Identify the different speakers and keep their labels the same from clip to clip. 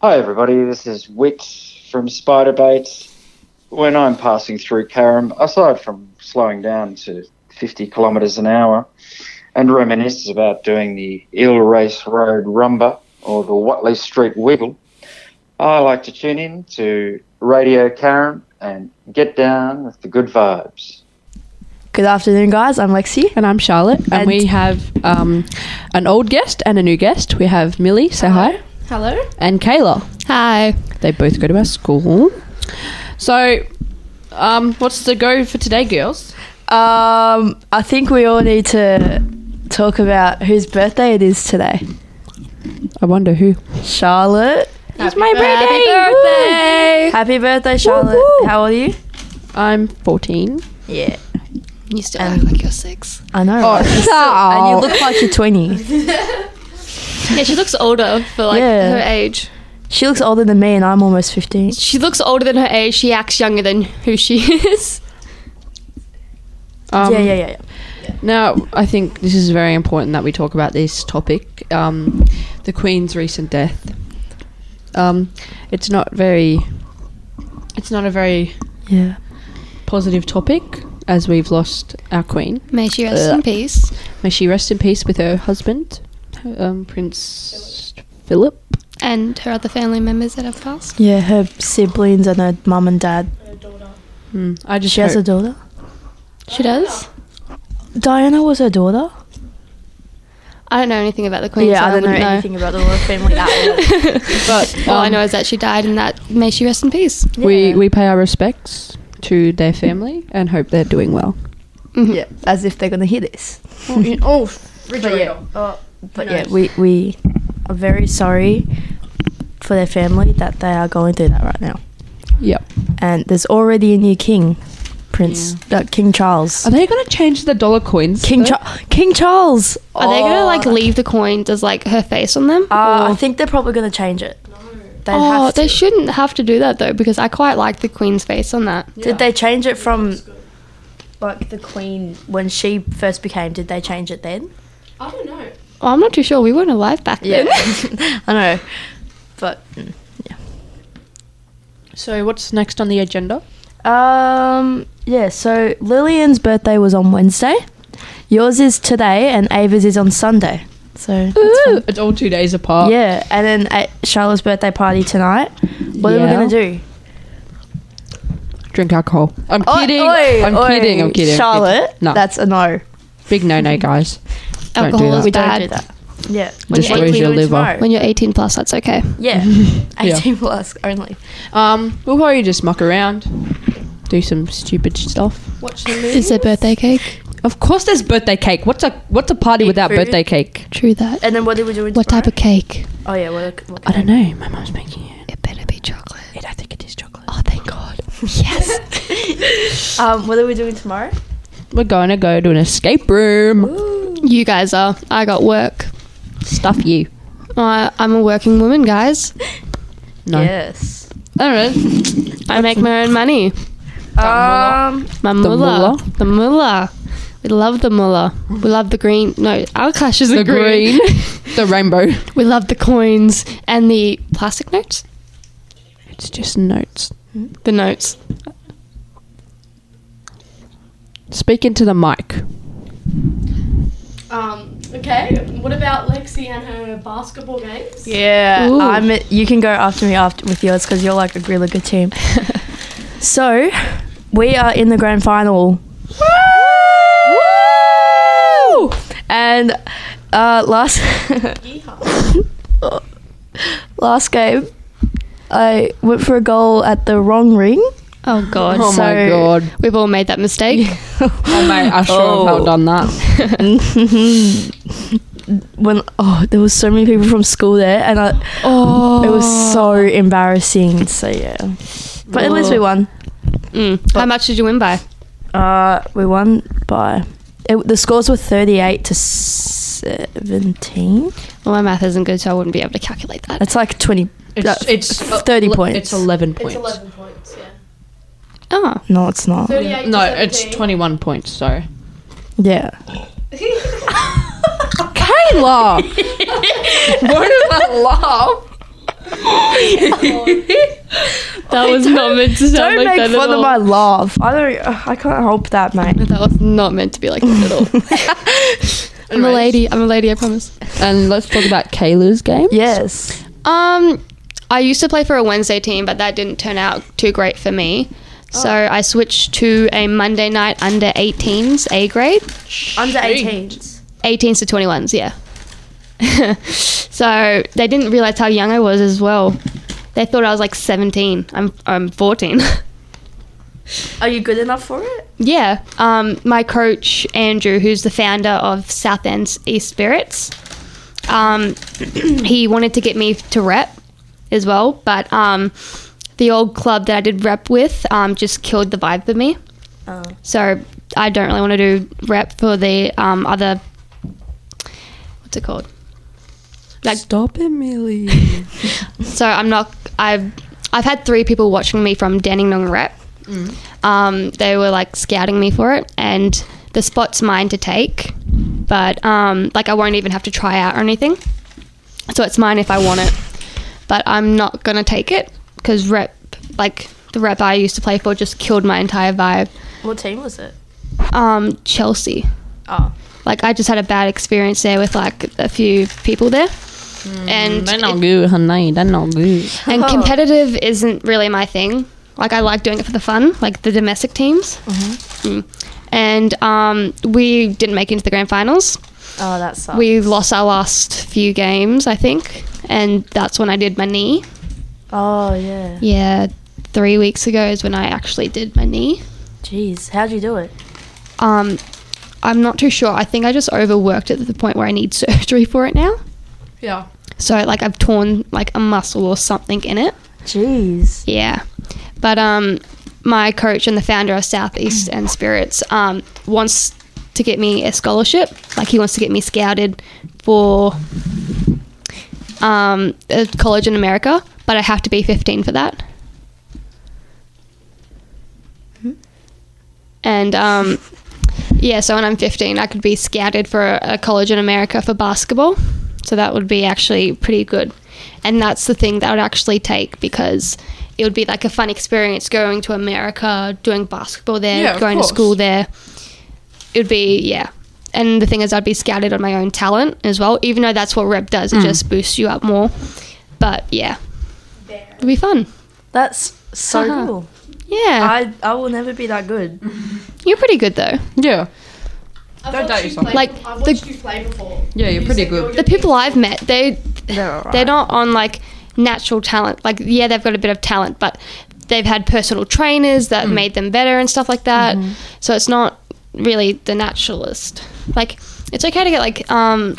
Speaker 1: Hi, everybody. This is Wit from Spider Bait. When I'm passing through Karam, aside from slowing down to 50 kilometres an hour and reminisce about doing the Ill Race Road Rumba or the Watley Street Wiggle, I like to tune in to Radio Karam and get down with the good vibes.
Speaker 2: Good afternoon, guys. I'm Lexi.
Speaker 3: And I'm Charlotte, and,
Speaker 2: And-
Speaker 3: we have um, an old guest and a new guest. We have Millie, say hi,
Speaker 2: Hello.
Speaker 3: and Kayla.
Speaker 4: Hi.
Speaker 3: They both go to our school. So, um, what's the go for today, girls?
Speaker 2: Um, I think we all need to talk about whose birthday it is today.
Speaker 3: I wonder who.
Speaker 2: Charlotte.
Speaker 4: It's
Speaker 3: my
Speaker 4: birthday.
Speaker 2: Happy birthday, Charlotte.
Speaker 3: woo.
Speaker 2: How old are you?
Speaker 3: I'm 14.
Speaker 2: Yeah.
Speaker 4: You still act like you're six.
Speaker 2: I know. right? and you look like you're 20.
Speaker 4: Yeah, she looks older for like
Speaker 2: Yeah.
Speaker 4: her age.
Speaker 2: She looks older than me, and I'm almost 15.
Speaker 4: She looks older than her age. She acts younger than who she is.
Speaker 3: Um,
Speaker 2: yeah, yeah, yeah, yeah.
Speaker 3: Now, I think this is very important that we talk about this topic um, the Queen's recent death. Um, it's not very. It's not a very
Speaker 2: Yeah.
Speaker 3: positive topic as we've lost our Queen.
Speaker 4: May she rest in
Speaker 3: Ugh.
Speaker 4: peace.
Speaker 3: May she rest in peace with her husband, um, Prince Philip.
Speaker 4: And her other family members that have passed.
Speaker 2: Yeah, her siblings and her mum and dad.
Speaker 3: I just
Speaker 2: She has a daughter.
Speaker 4: She does?
Speaker 2: Diana was her daughter.
Speaker 4: I don't know anything about the Queen. so
Speaker 2: I don't know,
Speaker 4: wouldn't
Speaker 2: anything about the royal family at all.
Speaker 3: but
Speaker 4: All I
Speaker 3: um,
Speaker 4: know is that she died and that may she rest in peace.
Speaker 3: we we pay our respects to their family and hope they're doing well.
Speaker 2: yeah, as if they're gonna hear this.
Speaker 3: oh,
Speaker 2: But yeah,
Speaker 4: Oh,
Speaker 2: but yeah, we we are very sorry for their family that they are going through that right now.
Speaker 3: Yep.
Speaker 2: And there's already a new king, Prince uh, King Charles.
Speaker 3: Are they gonna change the dollar coins?
Speaker 2: King
Speaker 3: though?
Speaker 2: Char- King Charles.
Speaker 4: Are they gonna like leave the coin? Does like her face on them?
Speaker 2: Uh, I
Speaker 4: Or-
Speaker 2: think they're probably gonna change it. No. They
Speaker 4: oh,
Speaker 2: have to.
Speaker 4: they shouldn't have to do that though because I quite like the Queen's face on that.
Speaker 2: Did they change it from like the Queen when she first became? Did they change it then?
Speaker 5: I don't know.
Speaker 4: Oh, I'm not too sure. We weren't alive back then.
Speaker 2: I know, but
Speaker 3: So what's next on the agenda?
Speaker 2: Um. Yeah. So Lillian's birthday was on Wednesday. Yours is today, and Ava's is on Sunday. So that's fun.
Speaker 3: It's all two days apart.
Speaker 2: yeah, and then uh, Charlotte's birthday party tonight. What are we
Speaker 3: Yeah.
Speaker 2: gonna do?
Speaker 3: Drink alcohol. I'm
Speaker 2: Oi,
Speaker 3: kidding.
Speaker 2: oi,
Speaker 3: I'm
Speaker 2: oi,
Speaker 3: kidding. I'm kidding. I'm
Speaker 2: Charlotte,
Speaker 3: kidding. No.
Speaker 2: that's a no.
Speaker 3: big no no, guys. Don't do
Speaker 4: Alcohol
Speaker 3: that.
Speaker 4: is
Speaker 2: We
Speaker 4: bad.
Speaker 2: don't do that. Yeah.
Speaker 4: When you're
Speaker 3: Destroys
Speaker 4: 18
Speaker 3: your liver.
Speaker 2: tomorrow.
Speaker 4: When you're 18 plus, that's okay.
Speaker 2: yeah.
Speaker 3: Yeah.
Speaker 2: Eighteen plus only.
Speaker 3: Um, we'll probably just muck around, do some stupid stuff. Watch the movie.
Speaker 4: Is there birthday cake?
Speaker 3: Of course, there's birthday cake. What's a what's a party
Speaker 2: Eat
Speaker 3: without
Speaker 2: food.
Speaker 3: birthday cake?
Speaker 4: True that.
Speaker 2: And then what do we do?
Speaker 4: What type of cake?
Speaker 2: Oh yeah. What, what
Speaker 3: I don't know. My mum's making it.
Speaker 4: It better be chocolate.
Speaker 3: I don't think it is chocolate.
Speaker 4: Oh, thank God. Yes.
Speaker 2: Um. What are we doing tomorrow?
Speaker 3: We're going to go to an escape room.
Speaker 4: you guys are. I got work.
Speaker 3: Stuff you.
Speaker 4: I I'm a working woman, guys.
Speaker 3: No.
Speaker 2: Yes.
Speaker 4: I don't know. I make my own money.
Speaker 2: Um.
Speaker 4: My mullah.
Speaker 3: mullah.
Speaker 4: The mullah. We love the mullah. We love the green. No, our clash is the,
Speaker 3: The
Speaker 4: green.
Speaker 3: green. the rainbow.
Speaker 4: we love the coins and the plastic notes.
Speaker 3: It's just notes.
Speaker 4: The notes.
Speaker 3: Speak into the mic.
Speaker 5: Um, okay, what about Lexi and her basketball games?
Speaker 2: Yeah,
Speaker 4: Ooh.
Speaker 2: I'm. You can go after me after with yours because you're like a really good team. so, we are in the grand final. Woo! And uh, last last game, I went for a goal at the wrong ring.
Speaker 4: Oh God.
Speaker 3: Oh my
Speaker 2: So-
Speaker 3: god.
Speaker 4: We've all made that mistake.
Speaker 3: Oh mate, I sure
Speaker 2: Oh.
Speaker 3: have not done that.
Speaker 2: When oh, there was so many people from school there, and I
Speaker 4: Oh,
Speaker 2: it was so embarrassing. So yeah, but at least we won.
Speaker 4: Mm. How much did you win by?
Speaker 2: Uh, we won by it, the scores were thirty-eight to seventeen.
Speaker 4: Well, my math isn't good, so I wouldn't be able to calculate that.
Speaker 2: That's like twenty. That's
Speaker 4: uh,
Speaker 2: f- thirty
Speaker 3: ele-
Speaker 2: points.
Speaker 3: uh, It's eleven points.
Speaker 5: It's 11 points, yeah.
Speaker 4: Oh,
Speaker 2: No, it's not.
Speaker 5: 38
Speaker 3: No,
Speaker 5: to
Speaker 3: it's
Speaker 5: 17.
Speaker 3: twenty-one points. Sorry.
Speaker 2: Yeah.
Speaker 3: Kayla, why did that laugh?
Speaker 4: That was not meant to sound
Speaker 2: Don't
Speaker 4: like
Speaker 2: make
Speaker 4: that
Speaker 2: fun
Speaker 4: at
Speaker 2: of
Speaker 4: all.
Speaker 2: my laugh. I don't. ugh, I can't help that, mate.
Speaker 4: that was not meant to be like that at all. I'm a
Speaker 3: Anyways.
Speaker 4: lady. I'm a lady. I promise.
Speaker 3: And let's talk about Kayla's game.
Speaker 2: Yes.
Speaker 4: Um, I used to play for a Wednesday team, but that didn't turn out too great for me. So I switched to a Monday night under 18s A grade,
Speaker 2: Under 18s.
Speaker 4: 18s to 21s. Yeah. so they didn't realize how young I was as well. They thought I was like 17. I'm I'm 14.
Speaker 2: Are you good enough for it?
Speaker 4: Yeah. Um, my coach, Andrew, who's the founder of South End's East Spirits, um, he wanted to get me to rep as well, but um, the old club that I did rep with um, just killed the vibe for me.
Speaker 2: Oh.
Speaker 4: So I don't really want to do rep for the um, other. What's it called? Like-
Speaker 3: Stop it, Millie.
Speaker 4: So I'm not. I've I've had three people watching me from Dandenong Rep. Um, they were like scouting me for it, and the spot's mine to take. But um, like I won't even have to try out or anything. So it's mine if I want it. But I'm not gonna take it because rep like the rep I used to play for just killed my entire vibe.
Speaker 2: What team was it?
Speaker 4: Um, Chelsea
Speaker 2: Oh.
Speaker 4: like I just had a bad experience there with like a few people there. and
Speaker 3: Hmm, They're
Speaker 4: it-
Speaker 3: not good, honey. They're not good.
Speaker 4: and competitive isn't really my thing. Like I like doing it for the fun, like the domestic teams. Mm. And um, we didn't make it into the grand finals.
Speaker 2: Oh, that sucks.
Speaker 4: We lost our last few games, I think, and that's when I did my knee.
Speaker 2: Oh yeah.
Speaker 4: Yeah, three weeks ago is when I actually did my knee.
Speaker 2: Jeez, how'd you do it?
Speaker 4: Um, I'm not too sure. I think I just overworked it to the point where I need surgery for it now.
Speaker 5: Yeah.
Speaker 4: So like I've torn like a muscle or something in it.
Speaker 2: Jeez.
Speaker 4: Yeah. But um my coach and the founder of Southeast and Spirits um wants to get me a scholarship. Like he wants to get me scouted for um a college in America, but I have to be 15 for that. And um yeah, so when I'm 15, I could be scouted for a, a college in America for basketball. So that would be actually pretty good. And that's the thing that I would actually take because it would be like a fun experience going to America, doing basketball there,
Speaker 5: Yeah, of
Speaker 4: going to
Speaker 5: course.
Speaker 4: school there. It would be, yeah. And the thing is, I'd be scouted on my own talent as well, even though that's what rep does. It
Speaker 5: Mm.
Speaker 4: just boosts you up more. But yeah, it'd be fun.
Speaker 2: That's so
Speaker 4: Haha.
Speaker 2: cool.
Speaker 4: Yeah.
Speaker 2: I I will never be that good.
Speaker 4: You're pretty good though.
Speaker 3: Yeah.
Speaker 5: I've
Speaker 3: Don't
Speaker 5: watched
Speaker 3: doubt
Speaker 5: you
Speaker 3: yourself.
Speaker 5: play
Speaker 4: Like,
Speaker 5: before- I've
Speaker 4: the-
Speaker 5: watched you play before.
Speaker 3: Yeah, you're
Speaker 5: You
Speaker 3: pretty
Speaker 5: said
Speaker 3: good.
Speaker 5: you're
Speaker 4: The people I've met, they
Speaker 2: They're alright.
Speaker 4: they're not on like natural talent. Like, yeah, they've got a bit of talent, but they've had personal trainers that made them better and stuff like that. So it's not really the naturalist. Like, it's okay to get like um,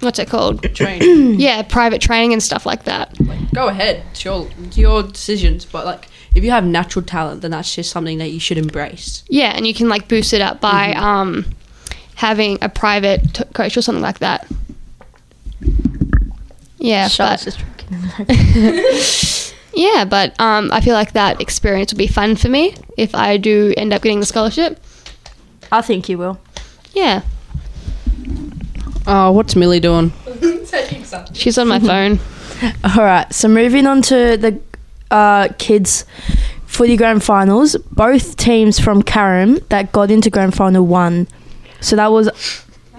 Speaker 4: what's it called?
Speaker 3: Train.
Speaker 4: yeah, private training and stuff like that.
Speaker 3: like, go ahead. It's your, your decisions. But, like, if you have natural talent, then that's just something that you should embrace.
Speaker 4: Yeah, and you can like boost it up by
Speaker 3: Mm-hmm.
Speaker 4: um, having a private t- coach or something like that. Yeah, but- Yeah, but um, I feel like that experience would be fun for me if I do end up getting the scholarship.
Speaker 2: I think you will.
Speaker 4: Yeah,
Speaker 3: Oh, what's Millie doing?
Speaker 5: Taking something.
Speaker 4: she's on my phone.
Speaker 3: Mm-hmm.
Speaker 2: All right. So moving on to the uh, kids footy grand finals. Both teams from Karam that got into grand final won. So that was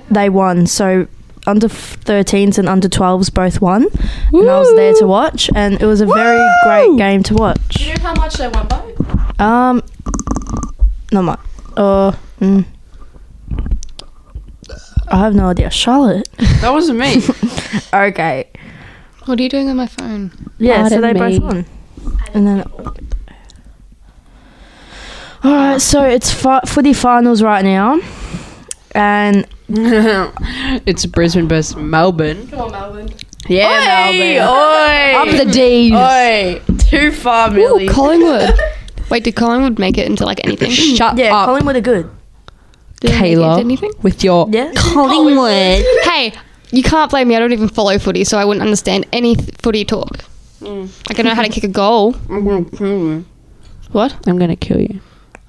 Speaker 2: they won. So under f- 13s and under 12s both won, and I was there to watch, and it was a very great game to
Speaker 5: Do
Speaker 2: watch.
Speaker 5: you know how much they won by?
Speaker 2: Um, not much. Uh, mm. I have no idea. Charlotte.
Speaker 3: That wasn't me.
Speaker 2: Okay.
Speaker 4: What are you doing on my phone?
Speaker 2: Yeah, so
Speaker 3: Pardon
Speaker 2: they both
Speaker 3: me.
Speaker 2: won. And then. Alright, so it's fi- footy finals right now. And.
Speaker 3: it's Brisbane versus Melbourne.
Speaker 5: Come on, Melbourne.
Speaker 3: Yeah,
Speaker 2: Oi!
Speaker 3: Up the D's.
Speaker 2: Oi! Too far,
Speaker 4: Ooh, Collingwood. Wait, did Collingwood make it into like anything?
Speaker 3: Shut
Speaker 2: yeah,
Speaker 3: up,
Speaker 2: Collingwood are good.
Speaker 4: Did they make it into
Speaker 3: Kayla,
Speaker 4: anything?
Speaker 3: with your
Speaker 2: Yeah?
Speaker 3: Collingwood.
Speaker 4: Hey, you can't blame me. I don't even follow footy, so I wouldn't understand any th- footy talk.
Speaker 3: Mm.
Speaker 4: Like I know how to kick a goal.
Speaker 3: I'm gonna kill you.
Speaker 4: What?
Speaker 3: I'm gonna kill you.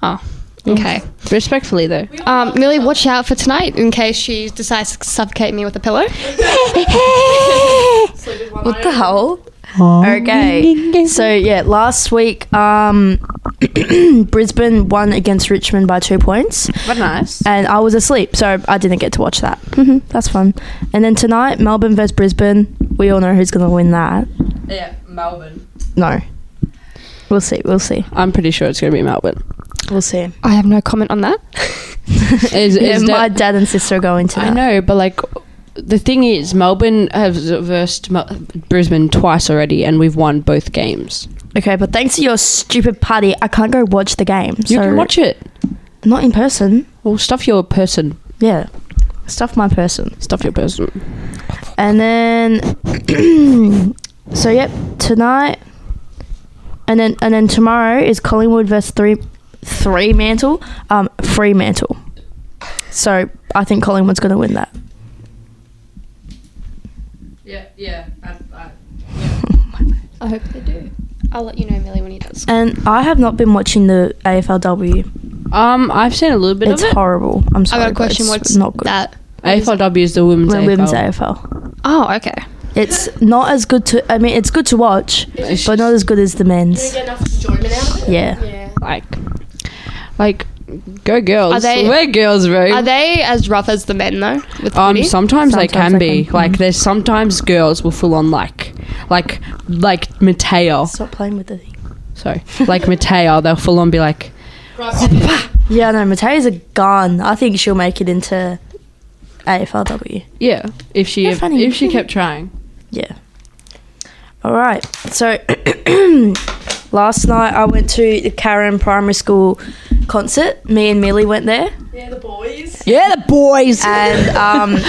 Speaker 3: Mm.
Speaker 4: Okay.
Speaker 3: Respectfully, though.
Speaker 4: Um, Millie, watch out for tonight in case she decides to suffocate me with a pillow.
Speaker 5: Sleep with one eye
Speaker 2: hell? Okay. So yeah, last week um, Brisbane won against Richmond by two points,
Speaker 3: But nice.
Speaker 2: and I was asleep, so I didn't get to watch that. Mm-hmm. That's fun. And then tonight, Melbourne versus Brisbane. We all know who's gonna win that.
Speaker 3: Yeah, Melbourne.
Speaker 2: No, we'll see. We'll see.
Speaker 3: I'm pretty sure it's going to be Melbourne.
Speaker 2: We'll see.
Speaker 4: I have no comment on that.
Speaker 3: Is,
Speaker 2: Yeah,
Speaker 3: is
Speaker 2: my
Speaker 3: that-
Speaker 2: dad and sister are going to.
Speaker 3: I
Speaker 2: that.
Speaker 3: know, but like the thing is, Melbourne have versed Mel- Brisbane twice already, and we've won both games.
Speaker 2: Okay, but thanks to your stupid party, I can't go watch the game.
Speaker 3: You can watch it.
Speaker 2: Not in person.
Speaker 3: Well, stuff your person.
Speaker 2: Yeah. Stuff my person.
Speaker 3: Stuff your person.
Speaker 2: And then so yep, tonight and then and then tomorrow is Collingwood versus three three mantle. Um free mantle. So I think Collingwood's gonna win that.
Speaker 3: Yeah, yeah. I,
Speaker 4: I hope they do. I'll let you know, Millie, when he does.
Speaker 2: And I have not been watching the AFLW.
Speaker 3: Um, I've seen a little bit
Speaker 2: it's
Speaker 3: of it.
Speaker 2: horrible. I'm
Speaker 4: I
Speaker 2: sorry.
Speaker 4: got a
Speaker 2: but
Speaker 4: question.
Speaker 2: it's
Speaker 4: What's
Speaker 2: not good.
Speaker 4: that?
Speaker 3: AFLW is the women's AFL.
Speaker 2: Women's AFL.
Speaker 4: Oh, okay.
Speaker 2: It's not as good to I mean it's good to watch,
Speaker 3: It's
Speaker 2: but not as good as the
Speaker 5: Do you
Speaker 2: men's.
Speaker 5: get enough enjoyment out of it?
Speaker 2: Yeah.
Speaker 5: Yeah.
Speaker 3: Like, like, go girls.
Speaker 4: Are they-
Speaker 3: We're girls, bro.
Speaker 4: Are they as rough as the men though? With
Speaker 3: Um,
Speaker 4: footy?
Speaker 3: sometimes, they
Speaker 2: Sometimes
Speaker 3: can
Speaker 2: they
Speaker 3: be.
Speaker 2: can-
Speaker 3: Like, there's sometimes girls will full on like, like, like Mateo.
Speaker 2: Stop playing with the thing.
Speaker 3: Sorry, like Mateo. They'll full on be like,
Speaker 5: Right.
Speaker 2: Yeah, no, Mateo's a gun. I think she'll make it into AFLW.
Speaker 3: yeah. If she,
Speaker 2: You're funny.
Speaker 3: if she kept trying.
Speaker 2: Yeah. All right. So last night I went to the Karen Primary School concert. Me and Millie went there,
Speaker 5: yeah, the boys.
Speaker 3: Yeah, the boys.
Speaker 2: and um,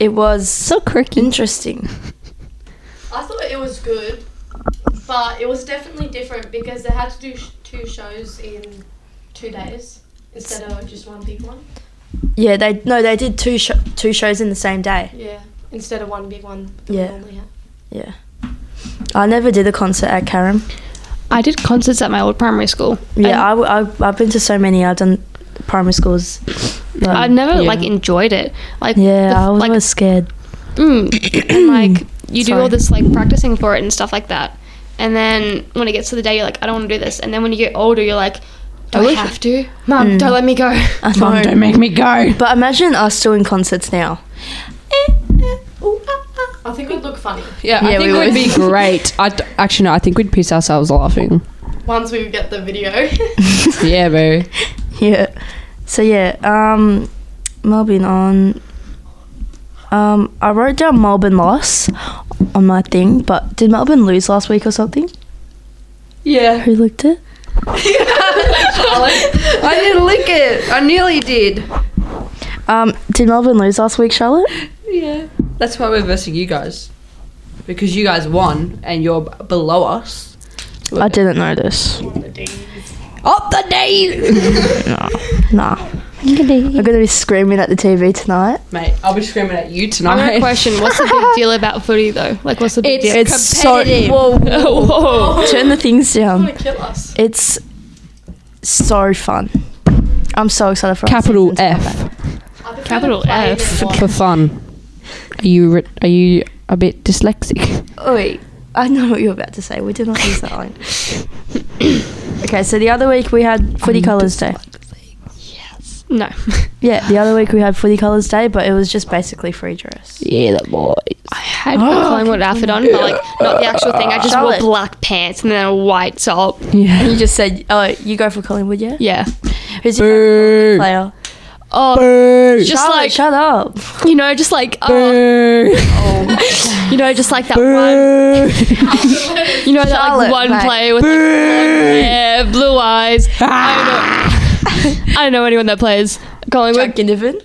Speaker 2: it was
Speaker 3: so quirky.
Speaker 2: interesting.
Speaker 5: I thought it was good, but it was definitely different because they had to do sh- two shows in two days instead of just one big one.
Speaker 2: Yeah, they no, they did two sho two shows in the same day.
Speaker 5: Yeah. Instead of one big one. that we
Speaker 2: Yeah.
Speaker 5: normally have.
Speaker 2: Yeah. I never did a concert at Karen.
Speaker 4: I did concerts at my old primary school.
Speaker 2: Yeah, I, w- I I've been to so many. I've done primary schools. but-
Speaker 4: I've never
Speaker 3: Yeah.
Speaker 4: like enjoyed it. Like
Speaker 2: yeah,
Speaker 4: the-
Speaker 2: I was
Speaker 4: like
Speaker 2: always scared.
Speaker 4: mm, and, like you do
Speaker 2: Sorry.
Speaker 4: all this like practicing for it and stuff like that. And then when it gets to the day, you're like, I don't want to do this. And then when you get older, you're like, Do I,
Speaker 3: wish-
Speaker 4: have to? Mum,
Speaker 2: Mm.
Speaker 4: don't let me go.
Speaker 2: I
Speaker 3: Mom,
Speaker 2: know.
Speaker 3: don't make me go.
Speaker 2: But imagine us doing concerts now. Eh, ah.
Speaker 5: I think we'd look funny
Speaker 3: Yeah, I
Speaker 2: Yeah,
Speaker 3: think
Speaker 2: we
Speaker 3: we'd
Speaker 2: would.
Speaker 3: be great. I actually no, I think we'd piss ourselves laughing.
Speaker 5: once we get the video.
Speaker 3: yeah, boo.
Speaker 2: Yeah. So yeah, um Melbourne on um I wrote down Melbourne loss on my thing, but did Melbourne lose last week or something?
Speaker 3: Yeah,
Speaker 2: Who looked it?
Speaker 3: I didn't lick it. I nearly did.
Speaker 2: Um did Melbourne lose last week, Charlotte?
Speaker 3: Yeah, that's why we're versing you guys because you guys won and you're b- below us.
Speaker 2: I didn't notice.
Speaker 3: Up the day,
Speaker 2: Nah. I'm gonna be screaming at the TV tonight.
Speaker 3: mate. I'll be screaming at you
Speaker 4: I'm gonna
Speaker 3: tonight.
Speaker 4: question what's the big deal about footy though? Like, what's the big deal?
Speaker 3: It's competitive.
Speaker 2: whoa, whoa. Turn the things down.
Speaker 5: Gonna kill us.
Speaker 2: It's so fun. I'm so excited for our
Speaker 3: Capital
Speaker 2: season to come back.
Speaker 3: F
Speaker 5: I prefer
Speaker 4: Capital
Speaker 5: to play
Speaker 4: F.
Speaker 5: than watch.
Speaker 3: for fun. Are you ri- are you a bit dyslexic?
Speaker 2: Oh, Wait, I know what you're about to say. We did not use that line. okay, so the other week we had Footy Colours Day.
Speaker 4: no.
Speaker 2: Yeah, the other week we had Footy Colours Day, but it was just basically free dress.
Speaker 3: Yeah, the boys.
Speaker 4: I had a Collingwood outfit on, but like not the actual thing. I just
Speaker 2: Charlotte.
Speaker 4: wore black pants and then a white top.
Speaker 3: Yeah.
Speaker 2: You just said, oh, you go for Collingwood, yeah?
Speaker 4: Yeah.
Speaker 2: Who's your
Speaker 3: Boo.
Speaker 2: player?
Speaker 4: Oh,
Speaker 3: Boo.
Speaker 4: just
Speaker 2: Charlotte,
Speaker 4: like
Speaker 2: shut up.
Speaker 4: you know, just like oh,
Speaker 3: Boo.
Speaker 4: you know, just like that one.
Speaker 3: Boo.
Speaker 4: You know, that
Speaker 2: Charlotte,
Speaker 4: like one
Speaker 2: mate.
Speaker 4: player with like, blonde hair, blue eyes. I don't know. I don't know anyone that plays Collingwood.
Speaker 2: Jack Ginnivan.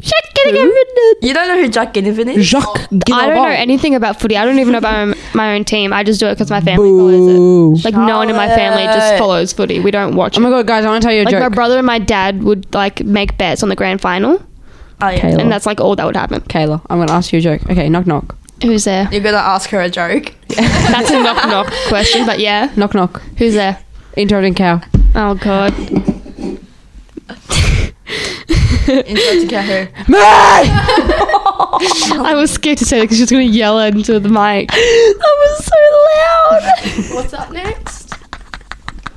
Speaker 4: Check getting rid
Speaker 2: You don't know who Jack Ginnivan is?
Speaker 3: Jacques
Speaker 4: I don't know anything about footy. I don't even know about my, my own team. I just do it because my family follows it. Like no one in my family just
Speaker 2: Charlotte.
Speaker 4: follows footy. We don't watch.
Speaker 3: Oh my
Speaker 4: it.
Speaker 3: god, guys! I want to tell you a
Speaker 4: Like my
Speaker 3: joke.
Speaker 4: brother and my dad would like make bets on the grand final,
Speaker 2: Oh, yeah.
Speaker 3: Kayla.
Speaker 4: and that's like all that would happen.
Speaker 3: Kayla, I'm gonna ask you a joke. Okay, knock knock,
Speaker 4: Who's there?
Speaker 2: You're going to ask her a joke?
Speaker 4: That's a knock knock question, but yeah.
Speaker 3: knock knock.
Speaker 4: Who's there?
Speaker 3: Interrupting cow.
Speaker 4: Oh god.
Speaker 3: Me.
Speaker 4: I was scared to say that because she was going to yell into the mic.
Speaker 2: that was so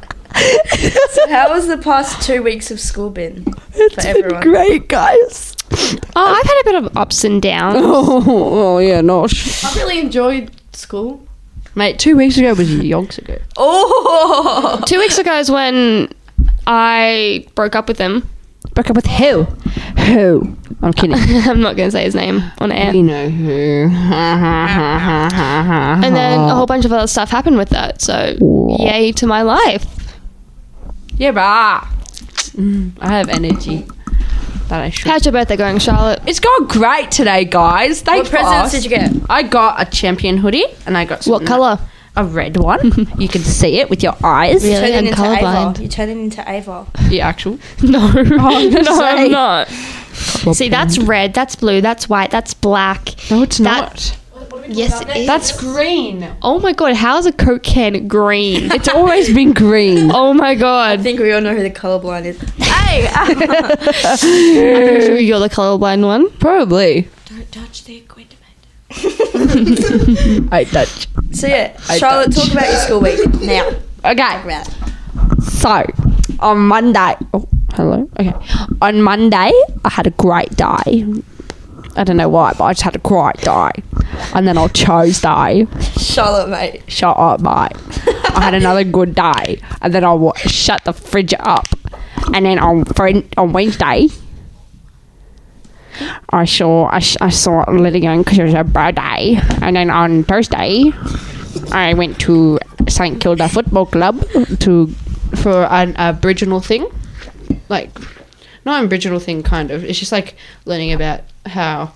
Speaker 2: How has the past two weeks of school been for everyone?
Speaker 3: great, guys.
Speaker 4: Oh, I've had a bit of ups and downs.
Speaker 3: Oh, oh yeah, nosh.
Speaker 5: I really enjoyed school.
Speaker 3: Mate, two weeks ago was yonks ago.
Speaker 2: Oh,
Speaker 4: Two weeks ago is when I broke up with him.
Speaker 3: Broke up with who? Who? I'm kidding.
Speaker 4: I'm not going to say his name on air.
Speaker 3: we know who. and
Speaker 4: And then a whole bunch of other stuff happened with that. So, yay to my life.
Speaker 3: yeah, bah. I have energy that I should.
Speaker 4: How's your birthday going, Charlotte?
Speaker 3: It's gone great today, guys. Thanks
Speaker 2: what
Speaker 3: for
Speaker 2: presents
Speaker 3: asking.
Speaker 2: did you get?
Speaker 3: I got a champion hoodie and I got some-
Speaker 4: What colour?
Speaker 3: A red one. you can see it with your eyes.
Speaker 4: Really?
Speaker 2: Turning
Speaker 4: I'm
Speaker 2: into
Speaker 4: colourblind.
Speaker 2: Ava. You're turning into Ava.
Speaker 3: The actual.
Speaker 4: No,
Speaker 3: I'm
Speaker 4: no,
Speaker 3: just
Speaker 4: I'm
Speaker 3: saying.
Speaker 4: not. See, that's red, that's blue, that's white, that's black.
Speaker 3: No, it's
Speaker 4: That- Yes, it is.
Speaker 3: That's green.
Speaker 4: Oh my god, how's a Coke can green?
Speaker 3: It's always been green.
Speaker 4: oh my
Speaker 2: I
Speaker 4: god.
Speaker 2: think we all know who the colourblind is.
Speaker 4: I'm pretty sure you're the colourblind one.
Speaker 3: Probably.
Speaker 5: Don't touch the equipment.
Speaker 3: I touch.
Speaker 2: So yeah, Charlotte, talk about your school week now.
Speaker 3: Okay.
Speaker 2: About it.
Speaker 3: So, on Monday, oh, hello. Okay. On Monday, I had a great day. I don't know why, but I just had a great day. And then on Tuesday,
Speaker 2: Charlotte, mate.
Speaker 3: shut up, mate. I had another good day. And then I wa- shut the fridge up. And then on Fri- on Wednesday, I saw I, sh- I saw Lily Young because it was her birthday. And then on Thursday, I went to St Kilda Football Club to for an Aboriginal thing, like not an Aboriginal thing, kind of. It's just like learning about how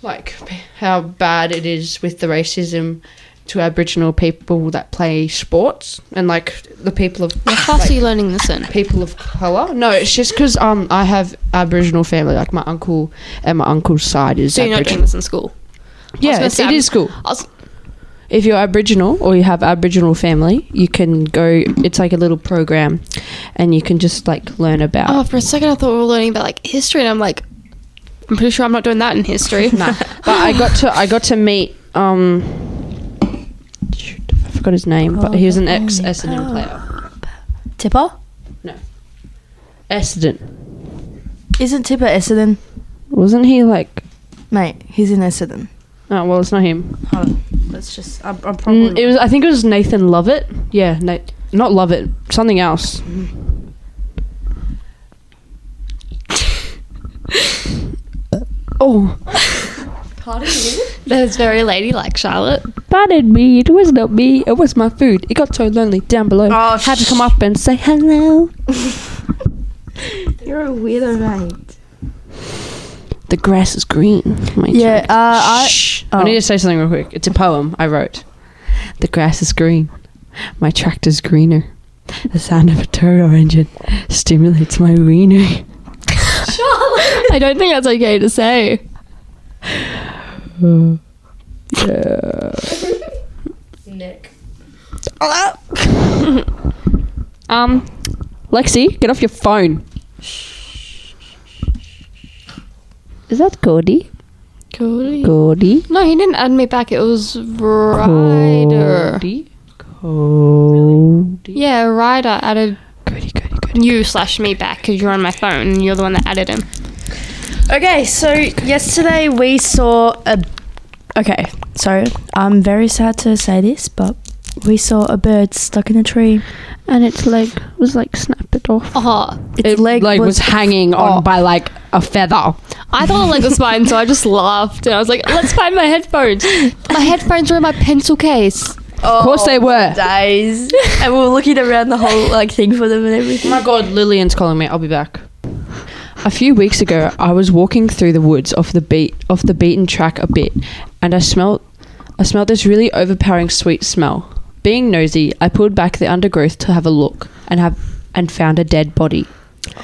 Speaker 3: like p- how bad it is with the racism to Aboriginal people that play sports and like the people of
Speaker 4: What class are you learning this in?
Speaker 3: people of color. No, it's just because um I have Aboriginal family, like my uncle and my uncle's side is
Speaker 4: So you're not doing
Speaker 3: Aboriginal.
Speaker 4: this in school?
Speaker 3: Yeah,
Speaker 4: gonna
Speaker 3: it's,
Speaker 4: say, um,
Speaker 3: it
Speaker 4: I'm-
Speaker 3: is cool.
Speaker 4: I was-
Speaker 3: If you're Aboriginal or you have Aboriginal family, you can go. It's like a little program, and you can just like learn about.
Speaker 4: Oh, for a second I thought we were learning about like history and I'm like, I'm pretty sure I'm not doing that in history.
Speaker 3: Nah. but I got to I got to meet um. Shoot, I forgot his name, but he was
Speaker 4: Oh,
Speaker 3: an ex Essendon player.
Speaker 2: Tipper?
Speaker 3: Essendon
Speaker 2: Isn't Tipper Essendon?
Speaker 3: wasn't he like?
Speaker 2: Mate, he's in Essendon.
Speaker 3: Oh well, it's not him.
Speaker 2: Hold on. Let's just. I'm, I'm probably.
Speaker 3: Mm, it was. I think it was Nathan Lovett. Yeah, Na- not Lovett. Something else. oh,
Speaker 5: Pardon you?
Speaker 4: That was very ladylike, Charlotte.
Speaker 3: pardon me. It was not me. It was my food. It got so lonely down below.
Speaker 2: Oh,
Speaker 3: Had to
Speaker 2: sh-
Speaker 3: come up and say hello.
Speaker 2: You're a weirdo, mate.
Speaker 3: The grass is green. My
Speaker 2: Yeah,
Speaker 3: joke.
Speaker 2: uh, I-
Speaker 3: Shh.
Speaker 2: oh.
Speaker 3: I need to say something real quick. It's a poem I wrote. The grass is green. My tractor's greener. The sound of a turbo engine stimulates my wiener.
Speaker 4: Charlotte! I don't think that's okay to say.
Speaker 3: Mm.
Speaker 5: Nick.
Speaker 3: Um, Lexi, get off your phone. Is that Gordy?
Speaker 4: Cody.
Speaker 3: Gordy?
Speaker 4: No, he didn't add me back. It was Ryder.
Speaker 3: Gordy.
Speaker 4: Yeah, Ryder added
Speaker 3: Gordy, Gordy, Gordy.
Speaker 4: you slash me back because you're on my phone and you're the one that added him.
Speaker 2: Okay, so yesterday we saw a. Okay, so I'm very sad to say this, but we saw a bird stuck in a tree.
Speaker 3: And its leg was like snapped it off.
Speaker 4: Oh,
Speaker 2: Its leg
Speaker 3: like, was,
Speaker 2: was
Speaker 3: hanging
Speaker 2: Oh.
Speaker 3: on by like a feather.
Speaker 4: I thought I like was fine, so I just laughed and I was like, "Let's find my headphones." My headphones were in my pencil case.
Speaker 3: Of course they were.
Speaker 2: Oh, days. and we were looking around the whole like thing for them and
Speaker 3: Oh
Speaker 2: everything.
Speaker 3: my god, Lillian's calling me. I'll be back. A few weeks ago, I was walking through the woods off the beat off the beaten track a bit, and I smelt I smelled this really overpowering sweet smell. Being nosy, I pulled back the undergrowth to have a look and have and found a dead body.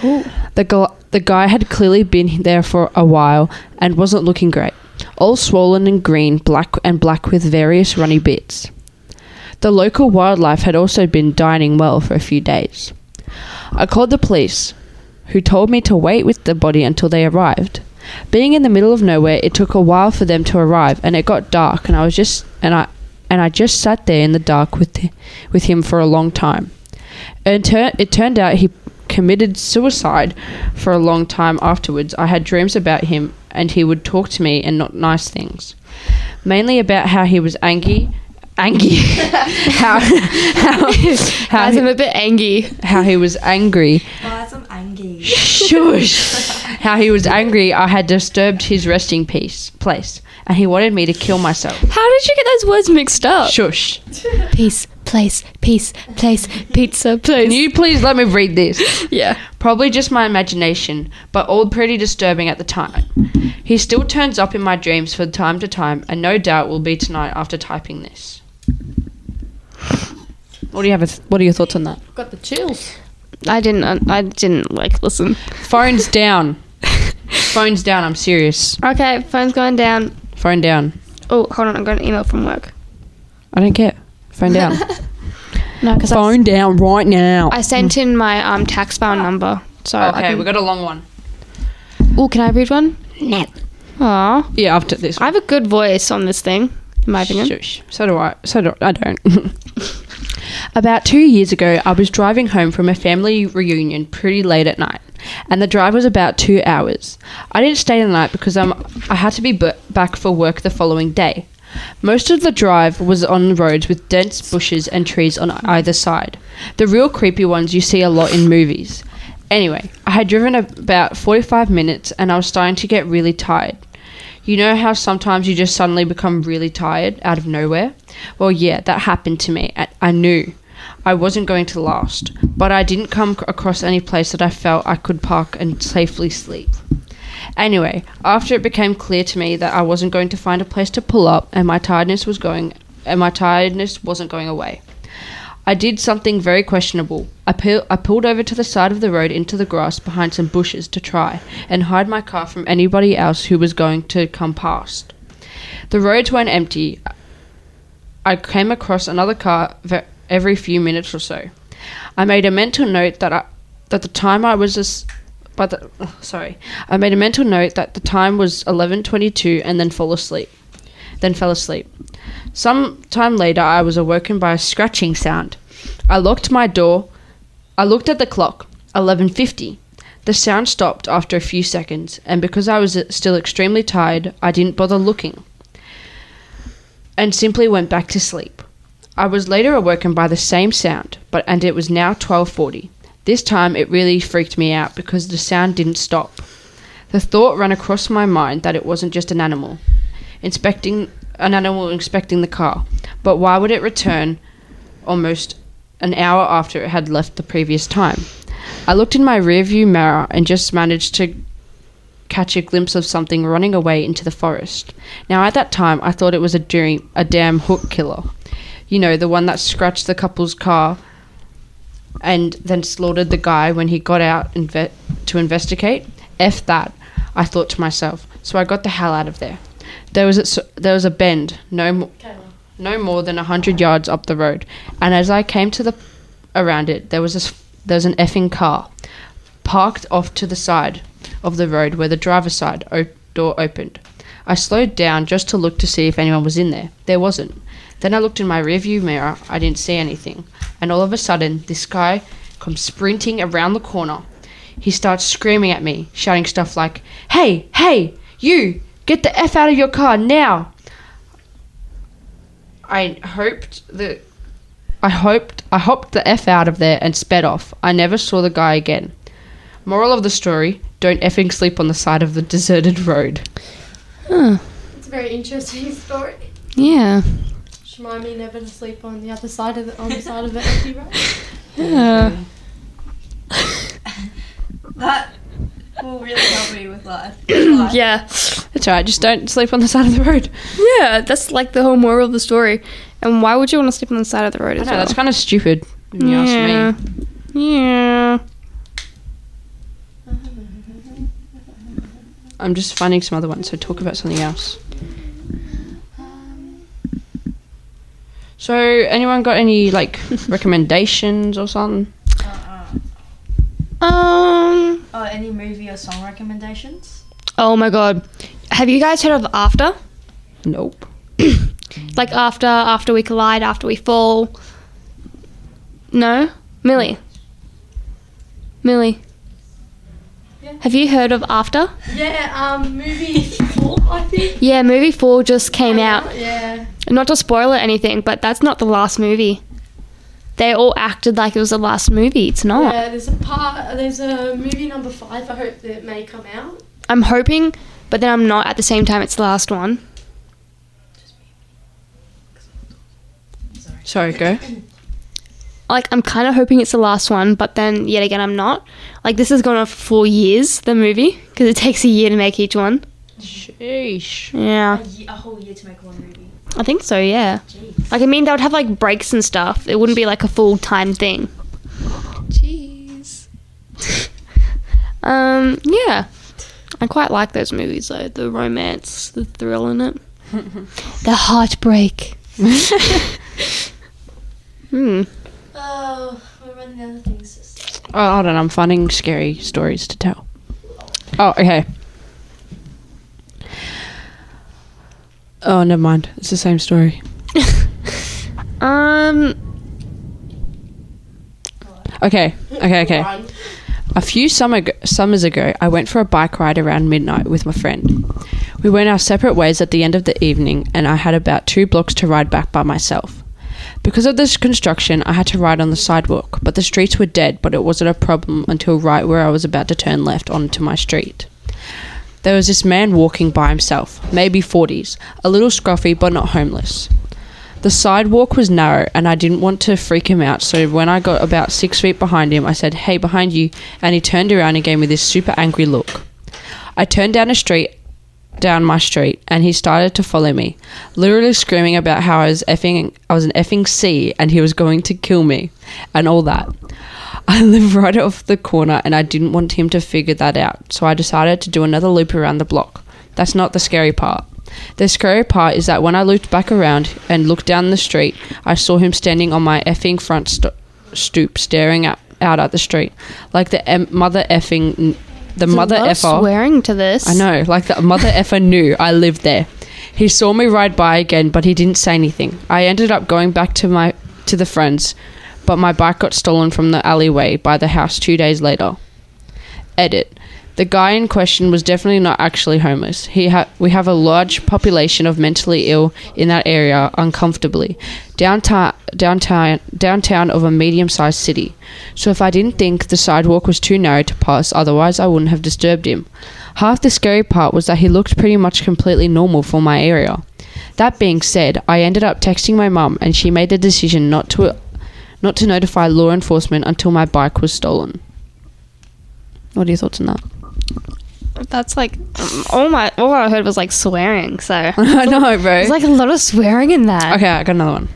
Speaker 3: The gu- the guy had clearly been there for a while and wasn't looking great. All swollen and green, black and black with various runny bits. The local wildlife had also been dining well for a few days. I called the police, who told me to wait with the body until they arrived. Being in the middle of nowhere, it took a while for them to arrive, and it got dark, and I was just and I and I just sat there in the dark with with him for a long time. And tur- it turned out he committed suicide for a long time afterwards. I had dreams about him, and he would talk to me and not nice things, mainly about how he was angry. Angry, how how how
Speaker 4: Guys, I'm
Speaker 3: he,
Speaker 4: a bit angry.
Speaker 3: how he was angry.
Speaker 2: Buy some angie.
Speaker 3: Shush! how he was angry. I had disturbed his resting peace place, and he wanted me to kill myself.
Speaker 4: How did you get those words mixed up?
Speaker 3: Shush!
Speaker 4: Peace, place, peace, place, pizza, place.
Speaker 3: Can you please let me read this?
Speaker 4: yeah.
Speaker 3: Probably just my imagination, but all pretty disturbing at the time. He still turns up in my dreams from time to time, and no doubt will be tonight after typing this. What do you have? a Th- what are your thoughts on that?
Speaker 5: Got the chills.
Speaker 4: I didn't. uh, I didn't like listen.
Speaker 3: Phones down. Phones down. I'm serious.
Speaker 4: Okay, phone's going down.
Speaker 3: Phone down.
Speaker 4: Oh, hold on. I got an email from work.
Speaker 3: I don't care. Phone down.
Speaker 4: No, because I,
Speaker 3: Phone down right now.
Speaker 4: I sent in my um tax file number. So I
Speaker 3: Oh. okay,
Speaker 4: can-
Speaker 3: we got a long one.
Speaker 4: Oh, can I read one?
Speaker 3: No.
Speaker 4: Aw.
Speaker 3: Yeah, after this.
Speaker 4: I have a good voice on this thing, in my opinion.
Speaker 3: Shush. So do I. So do I don't. About two years ago, I was driving home from a family reunion pretty late at night, and the drive was about two hours. I didn't stay the night because I'm, I had to be b- back for work the following day. Most of the drive was on roads with dense bushes and trees on either side, the real creepy ones you see a lot in movies. Anyway, I had driven about 45 minutes and I was starting to get really tired. You know how sometimes you just suddenly become really tired out of nowhere? Well, yeah, that happened to me. I- I knew I wasn't going to last, but I didn't come c- across any place that I felt I could park and safely sleep. Anyway, after it became clear to me that I wasn't going to find a place to pull up and my tiredness was going and my tiredness wasn't going away. I did something very questionable. I, pu- I pulled over to the side of the road into the grass behind some bushes to try and hide my car from anybody else who was going to come past. The roads weren't empty. I came across another car ve- every few minutes or so. I made a mental note that I, that the time I was as but the, ugh, sorry, I made a mental note that the time was 11:22 and then fell asleep. Then fell asleep. Some time later, I was awoken by a scratching sound. I locked my door. I looked at the clock. 11:50. The sound stopped after a few seconds, and because I was uh, still extremely tired, I didn't bother looking and simply went back to sleep. I was later awoken by the same sound, but and it was now 12:40. This time it really freaked me out because the sound didn't stop. The thought ran across my mind that it wasn't just an animal inspecting an animal inspecting the car, but why would it return almost an hour after it had left the previous time? I looked in my rearview mirror and just managed to catch a glimpse of something running away into the forest. Now, at that time, I thought it was a, dream, a damn hook killer. You know, the one that scratched the couple's car and then slaughtered the guy when he got out inve- to investigate. F that, I thought to myself. So I got the hell out of there. There was a, s- there was a bend, no, mo- no more than a hundred yards up the road, and as I came to the around it, there was this, there was an effing car parked off to the side of the road where the driver's side o- door opened. I slowed down just to look to see if anyone was in there. There wasn't. Then I looked in my rearview mirror. I didn't see anything. And all of a sudden, this guy comes sprinting around the corner. He starts screaming at me, shouting stuff like, Hey, hey, you, get the F out of your car now. I hoped that. I hoped I hopped the F out of there and sped off. I never saw the guy again. Moral of the story: Don't effing sleep on the side of the deserted road.
Speaker 5: It's a very interesting story.
Speaker 4: Yeah.
Speaker 5: Just remind me never to sleep on the other side of the on the side of the empty road.
Speaker 4: Yeah.
Speaker 2: That will really help me with life.
Speaker 4: Yeah.
Speaker 3: That's alright. Just don't sleep on the side of the road.
Speaker 4: Yeah. That's like the whole moral of the story. And why would you want to sleep on the side of the road
Speaker 3: I
Speaker 4: as
Speaker 3: know
Speaker 4: well?
Speaker 3: that's kind of stupid. When you
Speaker 4: yeah.
Speaker 3: ask me.
Speaker 4: Yeah.
Speaker 3: I'm just finding some other ones. So talk about something else. So anyone got any like recommendations or something?
Speaker 4: Um.
Speaker 2: Oh, any movie or song recommendations?
Speaker 4: Oh my god. Have you guys heard of After?
Speaker 3: Nope.
Speaker 4: Like After, After We Collide, After We Fall. No. Millie. Millie.
Speaker 5: Yeah.
Speaker 4: Have you heard of After?
Speaker 5: Yeah, um, movie four, I think.
Speaker 4: Yeah, movie four just came out.
Speaker 5: Yeah.
Speaker 4: Not to spoil it anything, but that's not the last movie. They all acted like it was the last movie. It's not.
Speaker 5: Yeah, there's a part. There's a movie number five. I hope that may come out.
Speaker 4: I'm hoping, but then I'm not at the same time. It's the last one.
Speaker 3: Sorry, go.
Speaker 4: Like I'm kind of hoping it's the last one, but then yet again I'm not. Like this has gone on for four years. The movie because it takes a year to make each one.
Speaker 3: Sheesh.
Speaker 4: Yeah,
Speaker 5: A, ye- a whole year to make one movie.
Speaker 4: I think so. Yeah.
Speaker 5: Jeez.
Speaker 4: Like I mean, they would have like breaks and stuff. It wouldn't be like a full time thing. Jeez. um. Yeah. I quite like those movies though. The romance, the thrill in it, the heartbreak. hmm.
Speaker 5: Oh, we're running out of things. sister.
Speaker 3: Oh, hold on. I'm finding scary stories to tell. Oh, okay. Oh, never mind. It's the same story.
Speaker 4: Um.
Speaker 3: Okay, okay, okay.
Speaker 5: Run.
Speaker 3: A few summer go- summers ago, I went for a bike ride around midnight with my friend. We went our separate ways at the end of the evening, and I had about two blocks to ride back by myself. Because of this construction, I had to ride on the sidewalk, but the streets were dead, but it wasn't a problem until right where I was about to turn left onto my street. There was this man walking by himself, maybe 40s, a little scruffy but not homeless. The sidewalk was narrow and I didn't want to freak him out, so when I got about six feet behind him, I said, Hey, behind you, and he turned around and gave me this super angry look. I turned down a street, down my street, and he started to follow me, literally screaming about how I was effing, I was an effing C and he was going to kill me, and all that. I live right off the corner and I didn't want him to figure that out, so I decided to do another loop around the block. That's not the scary part. The scary part is that when I looped back around and looked down the street, I saw him standing on my effing front sto- stoop, staring at, out at the street, like the em- mother effing, the mother
Speaker 4: a lot of
Speaker 3: effer.
Speaker 4: swearing to this.
Speaker 3: I know, like the mother effer knew I lived there. He saw me ride by again, but he didn't say anything. I ended up going back to my to the friends, but my bike got stolen from the alleyway by the house two days later. Edit. The guy in question was definitely not actually homeless. He ha- we have a large population of mentally ill in that area uncomfortably. Downtown downtown downtown of a medium-sized city. So if I didn't think the sidewalk was too narrow to pass, otherwise I wouldn't have disturbed him. Half the scary part was that he looked pretty much completely normal for my area. That being said, I ended up texting my mum and she made the decision not to not to notify law enforcement until my bike was stolen. What are your thoughts on that?
Speaker 4: That's like um, all my all I heard was like swearing. So
Speaker 3: I know, bro.
Speaker 4: there's like a lot of swearing in that.
Speaker 3: okay, I got another one.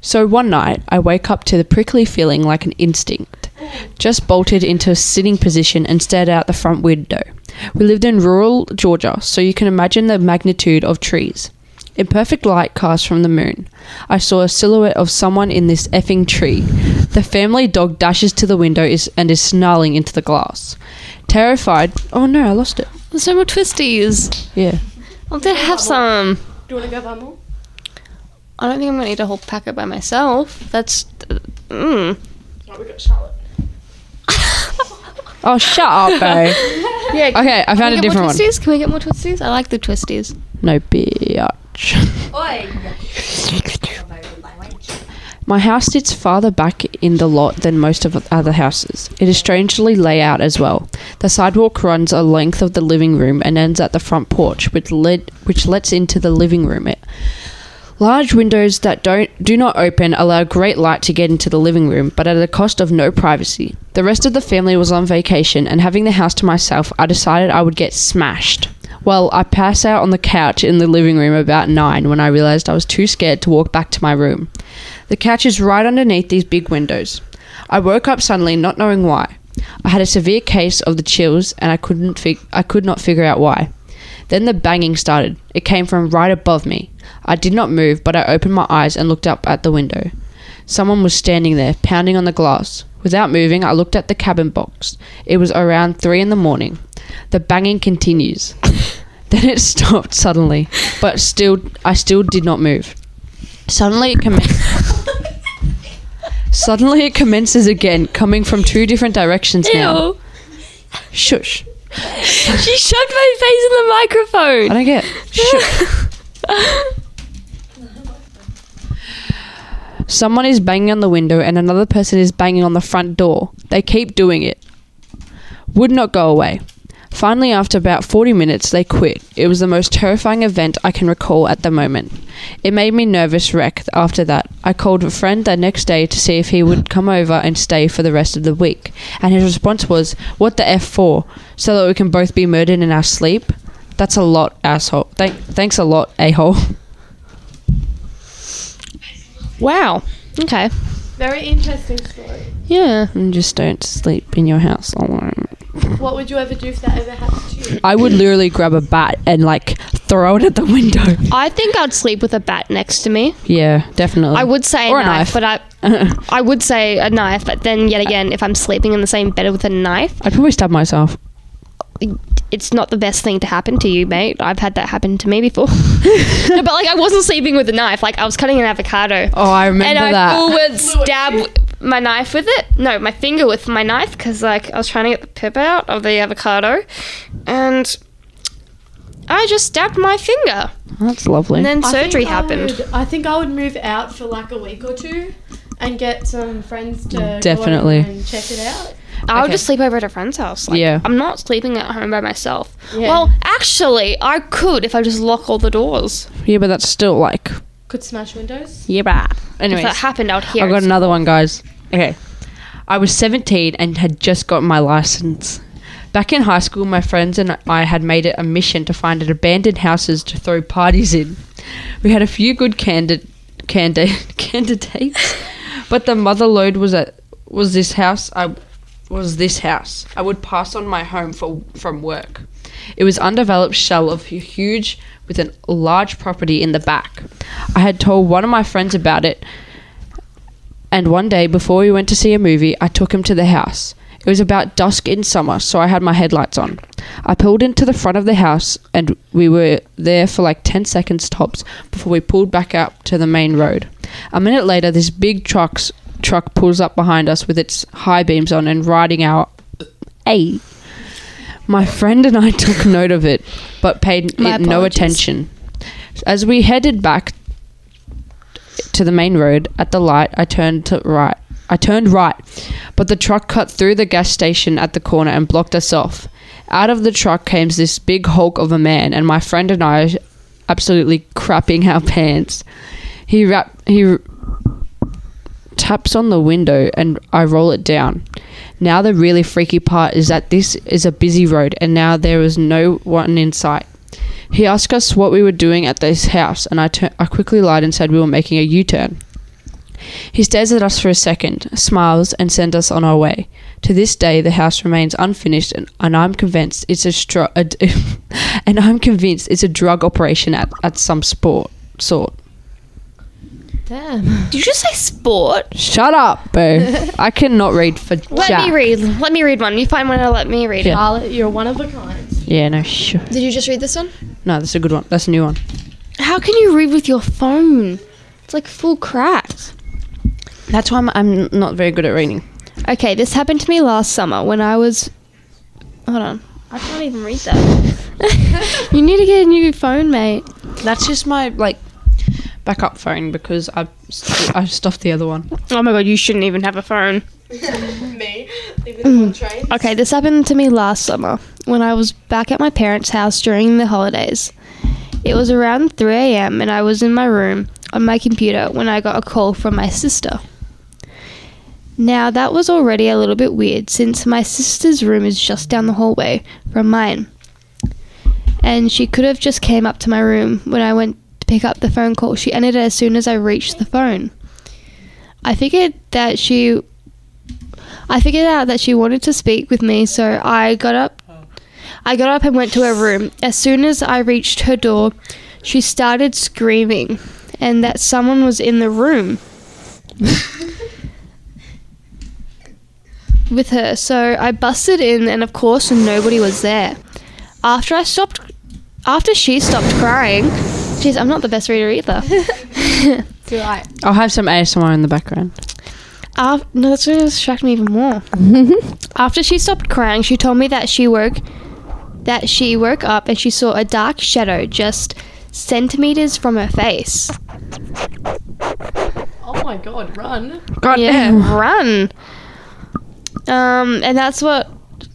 Speaker 3: So one night, I wake up to the prickly feeling like an instinct. Just bolted into a sitting position and stared out the front window. We lived in rural Georgia, so you can imagine the magnitude of trees. In perfect light cast from the moon, I saw a silhouette of someone in this effing tree. The family dog dashes to the window is, and is snarling into the glass. Terrified, oh no, I lost it.
Speaker 4: There's no more twisties.
Speaker 3: Yeah.
Speaker 4: I'm gonna have some.
Speaker 5: Do you want to go buy more?
Speaker 4: I don't think I'm gonna eat a whole packet by myself. That's. Mm.
Speaker 5: Right, we got Charlotte.
Speaker 3: Oh, shut up, babe.
Speaker 4: Yeah.
Speaker 3: Okay, I
Speaker 4: Can
Speaker 3: found
Speaker 4: we
Speaker 3: a
Speaker 4: get more
Speaker 3: different one.
Speaker 4: twisties? Can we get more twisties? I like the twisties.
Speaker 3: No bitch.
Speaker 5: Oi.
Speaker 3: My house sits farther back in the lot than most of the other houses. It is strangely laid out as well. The sidewalk runs a length of the living room and ends at the front porch, which led which lets into the living room. It large windows that don't do not open allow great light to get into the living room, but at the cost of no privacy. The rest of the family was on vacation, and having the house to myself, I decided I would get smashed. Well, I pass out on the couch in the living room about nine when I realized I was too scared to walk back to my room. The couch is right underneath these big windows. I woke up suddenly, not knowing why. I had a severe case of the chills, and I couldn't fig- I could not figure out why. Then the banging started. It came from right above me. I did not move, but I opened my eyes and looked up at the window. Someone was standing there, pounding on the glass. Without moving, I looked at the cabin box. It was around three in the morning. The banging continues. then it stopped suddenly, but still, I still did not move. Suddenly, it commenced. Suddenly it commences again, coming from two different directions now.
Speaker 4: Ew.
Speaker 3: Shush.
Speaker 4: She shoved my face in the
Speaker 3: I
Speaker 4: microphone.
Speaker 3: don't get. Shush. Someone is banging on the window and another person is banging on the front door. They keep doing it. Would not go away. Finally, after about 40 minutes, they quit. It was the most terrifying event I can recall at the moment. It made me nervous wreck after that. I called a friend the next day to see if he would come over and stay for the rest of the week, and his response was, What the F for? So that we can both be murdered in our sleep? That's a lot, asshole. Thank- thanks a lot, a hole.
Speaker 4: wow. Okay.
Speaker 5: Very interesting story.
Speaker 4: Yeah.
Speaker 3: And just don't sleep in your house alone.
Speaker 5: What would you ever do if that ever happened to you?
Speaker 3: I would literally grab a bat and like throw it at the window.
Speaker 4: I think I'd sleep with a bat next to me.
Speaker 3: Yeah, definitely.
Speaker 4: I would say
Speaker 3: Or a
Speaker 4: a knife,
Speaker 3: knife.
Speaker 4: but I I would say a knife, but then yet again, if I'm sleeping in the same bed with a knife,
Speaker 3: I'd probably stab myself.
Speaker 4: it's not the best thing to happen to you, mate. I've had that happen to me before. no, but like I wasn't sleeping with a knife. Like I was cutting an avocado.
Speaker 3: Oh, I remember
Speaker 4: and I
Speaker 3: that.
Speaker 4: full would stab my knife with it. No, my finger with my knife because like I was trying to get the pip out of the avocado, and I just stabbed my finger.
Speaker 3: Oh, That's lovely.
Speaker 4: And then
Speaker 5: I think
Speaker 4: surgery
Speaker 5: I
Speaker 4: happened.
Speaker 5: would- I think I would move out for like a week or two and get some friends to go over
Speaker 3: Definitely.
Speaker 5: and check it out.
Speaker 4: I would
Speaker 3: Okay.
Speaker 4: just sleep over at a friend's house. Like,
Speaker 3: Yeah.
Speaker 4: I'm not sleeping at home by myself.
Speaker 5: Yeah.
Speaker 4: Well, actually, I could if I just lock all the doors.
Speaker 3: yeah, but that's still like
Speaker 5: Could smash windows.
Speaker 3: yeah, but
Speaker 4: If
Speaker 3: anyways,
Speaker 4: that happened, I'd hear.
Speaker 3: I got
Speaker 4: it.
Speaker 3: another one, guys. Okay, I was 17 and had just got my license. Back in high school, my friends and I had made it a mission to find an abandoned houses to throw parties in. We had a few good candid, candid, candidates, but the mother load was at was this house. I was this house. I would pass on my home for, from work. It was undeveloped shell of hu- huge with a large property in the back. I had told one of my friends about it, and one day before we went to see a movie, I took him to the house. It was about dusk in summer, so I had my headlights on. I pulled into the front of the house, and we were there for like 10 seconds tops before we pulled back out to the main road. A minute later, this big truck's, truck pulls up behind us with its high beams on and riding our A. My friend and I took note of it, but paid
Speaker 4: My
Speaker 3: it no
Speaker 4: apologies.
Speaker 3: attention. As we headed back to the main road at the light i turned to right i turned right but the truck cut through the gas station at the corner and blocked us off out of the truck came this big hulk of a man and my friend and i absolutely crapping our pants he rap he r- taps on the window and i roll it down now the really freaky part is that this is a busy road and now there is no one in sight he asked us what we were doing at this house, and I, tur- I quickly lied and said we were making a U turn. He stares at us for a second, smiles, and sends us on our way. To this day, the house remains unfinished, and, and I'm convinced it's a, stru- a d- and I'm convinced it's a drug operation at, at some sport sort.
Speaker 5: Damn.
Speaker 4: Did you just say sport?
Speaker 3: Shut up, boo! I cannot read for
Speaker 4: Let
Speaker 3: jack.
Speaker 4: me read. Let me read one. You find one and let me read
Speaker 3: Yeah.
Speaker 4: it.
Speaker 5: Violet, you're one of a kind.
Speaker 3: Yeah, no, sure.
Speaker 4: Did you just read this one?
Speaker 3: No, that's a good one. That's a new one.
Speaker 4: How can you read with your phone? It's like full cracked.
Speaker 3: That's why I'm, I'm not very good at reading.
Speaker 4: Okay, this happened to me last summer when I was. Hold on. I can't even read that. you need to get a new phone, mate.
Speaker 3: That's just my like backup phone because I I stuffed the other one.
Speaker 4: Oh my god, you shouldn't even have a phone.
Speaker 5: Me, even on train.
Speaker 4: Okay, this happened to me last summer when I was back at my parents' house during the holidays. It was around 3 a.m., and I was in my room on my computer when I got a call from my sister. Now, that was already a little bit weird since my sister's room is just down the hallway from mine. And she could have just came up to my room when I went to pick up the phone call. She ended it as soon as I reached the phone. I figured that she I figured out that she wanted to speak with me, so I got up. I got up and went to her room. As soon as I reached her door, she started screaming and that someone was in the room with her. So I busted in and of course nobody was there. After I stopped after she stopped crying, jeez, I'm not the best reader either.
Speaker 5: Right.
Speaker 3: I'll have some ASMR in the background.
Speaker 4: af no, that's going to distract me even more. After she stopped crying, she told me that she woke that she woke up and she saw a dark shadow just centimeters from her face.
Speaker 5: Oh my god, run.
Speaker 3: God
Speaker 4: Yeah,
Speaker 3: damn.
Speaker 4: run. Um, and that's what,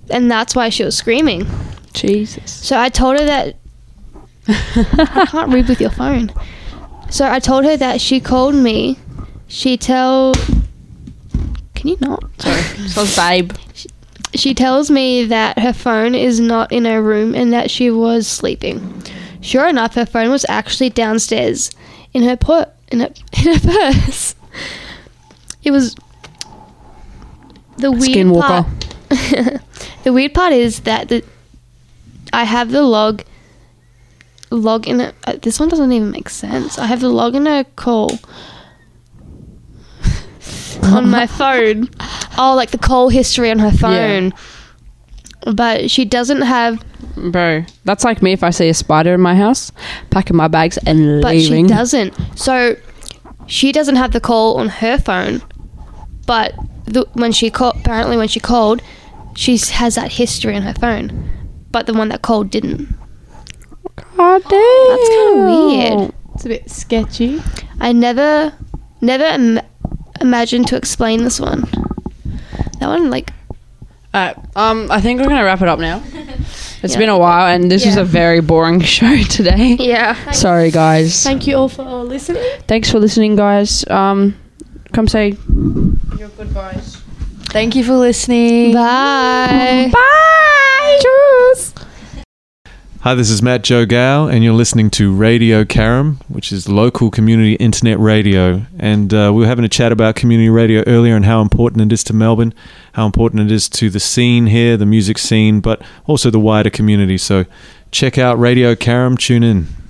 Speaker 4: and that's why she was screaming.
Speaker 3: Jesus.
Speaker 4: So I told her that I can't read with your phone. So I told her that she called me. She tell. Can you not?
Speaker 3: So babe.
Speaker 4: She tells me that her phone is not in her room and that she was sleeping. Sure enough, her phone was actually downstairs in her pur- in her, in her purse. It was the weird
Speaker 3: Skinwalker.
Speaker 4: part. the weird part is that the I have the log log in a, uh, this one doesn't even make sense. I have the log in a call on my phone. Oh, like the call history on her phone. But she doesn't have
Speaker 3: Bro, that's like me if I see a spider in my house, packing my bags and
Speaker 4: but
Speaker 3: leaving.
Speaker 4: she doesn't. So she doesn't have the call on her phone. But the, when she called, apparently when she called, she s- has that history on her phone. But the one that called didn't.
Speaker 3: God
Speaker 4: Oh, That's kinda
Speaker 3: Oh, damn.
Speaker 4: weird.
Speaker 6: It's a bit sketchy.
Speaker 4: I never, never Im- imagined to explain this one. That one, like,
Speaker 3: Alright, um, I think we're gonna wrap it up now. It's
Speaker 4: Yeah.
Speaker 3: been a while, and this was
Speaker 4: Yeah.
Speaker 3: a very boring show today.
Speaker 4: yeah.
Speaker 3: Sorry, guys.
Speaker 5: Thank you all for listening.
Speaker 3: Thanks for listening, guys. Um, come say
Speaker 5: Your goodbyes.
Speaker 6: Thank you for listening.
Speaker 4: Bye.
Speaker 6: Bye. Cheers.
Speaker 7: Hi, this is Matt Joe Gow, and you're listening to Radio Karam, which is local community internet radio. And uh, we were having a chat about community radio earlier and how important it is to Melbourne, how important it is to the scene here, the music scene, but also the wider community. So check out Radio Karam, tune in.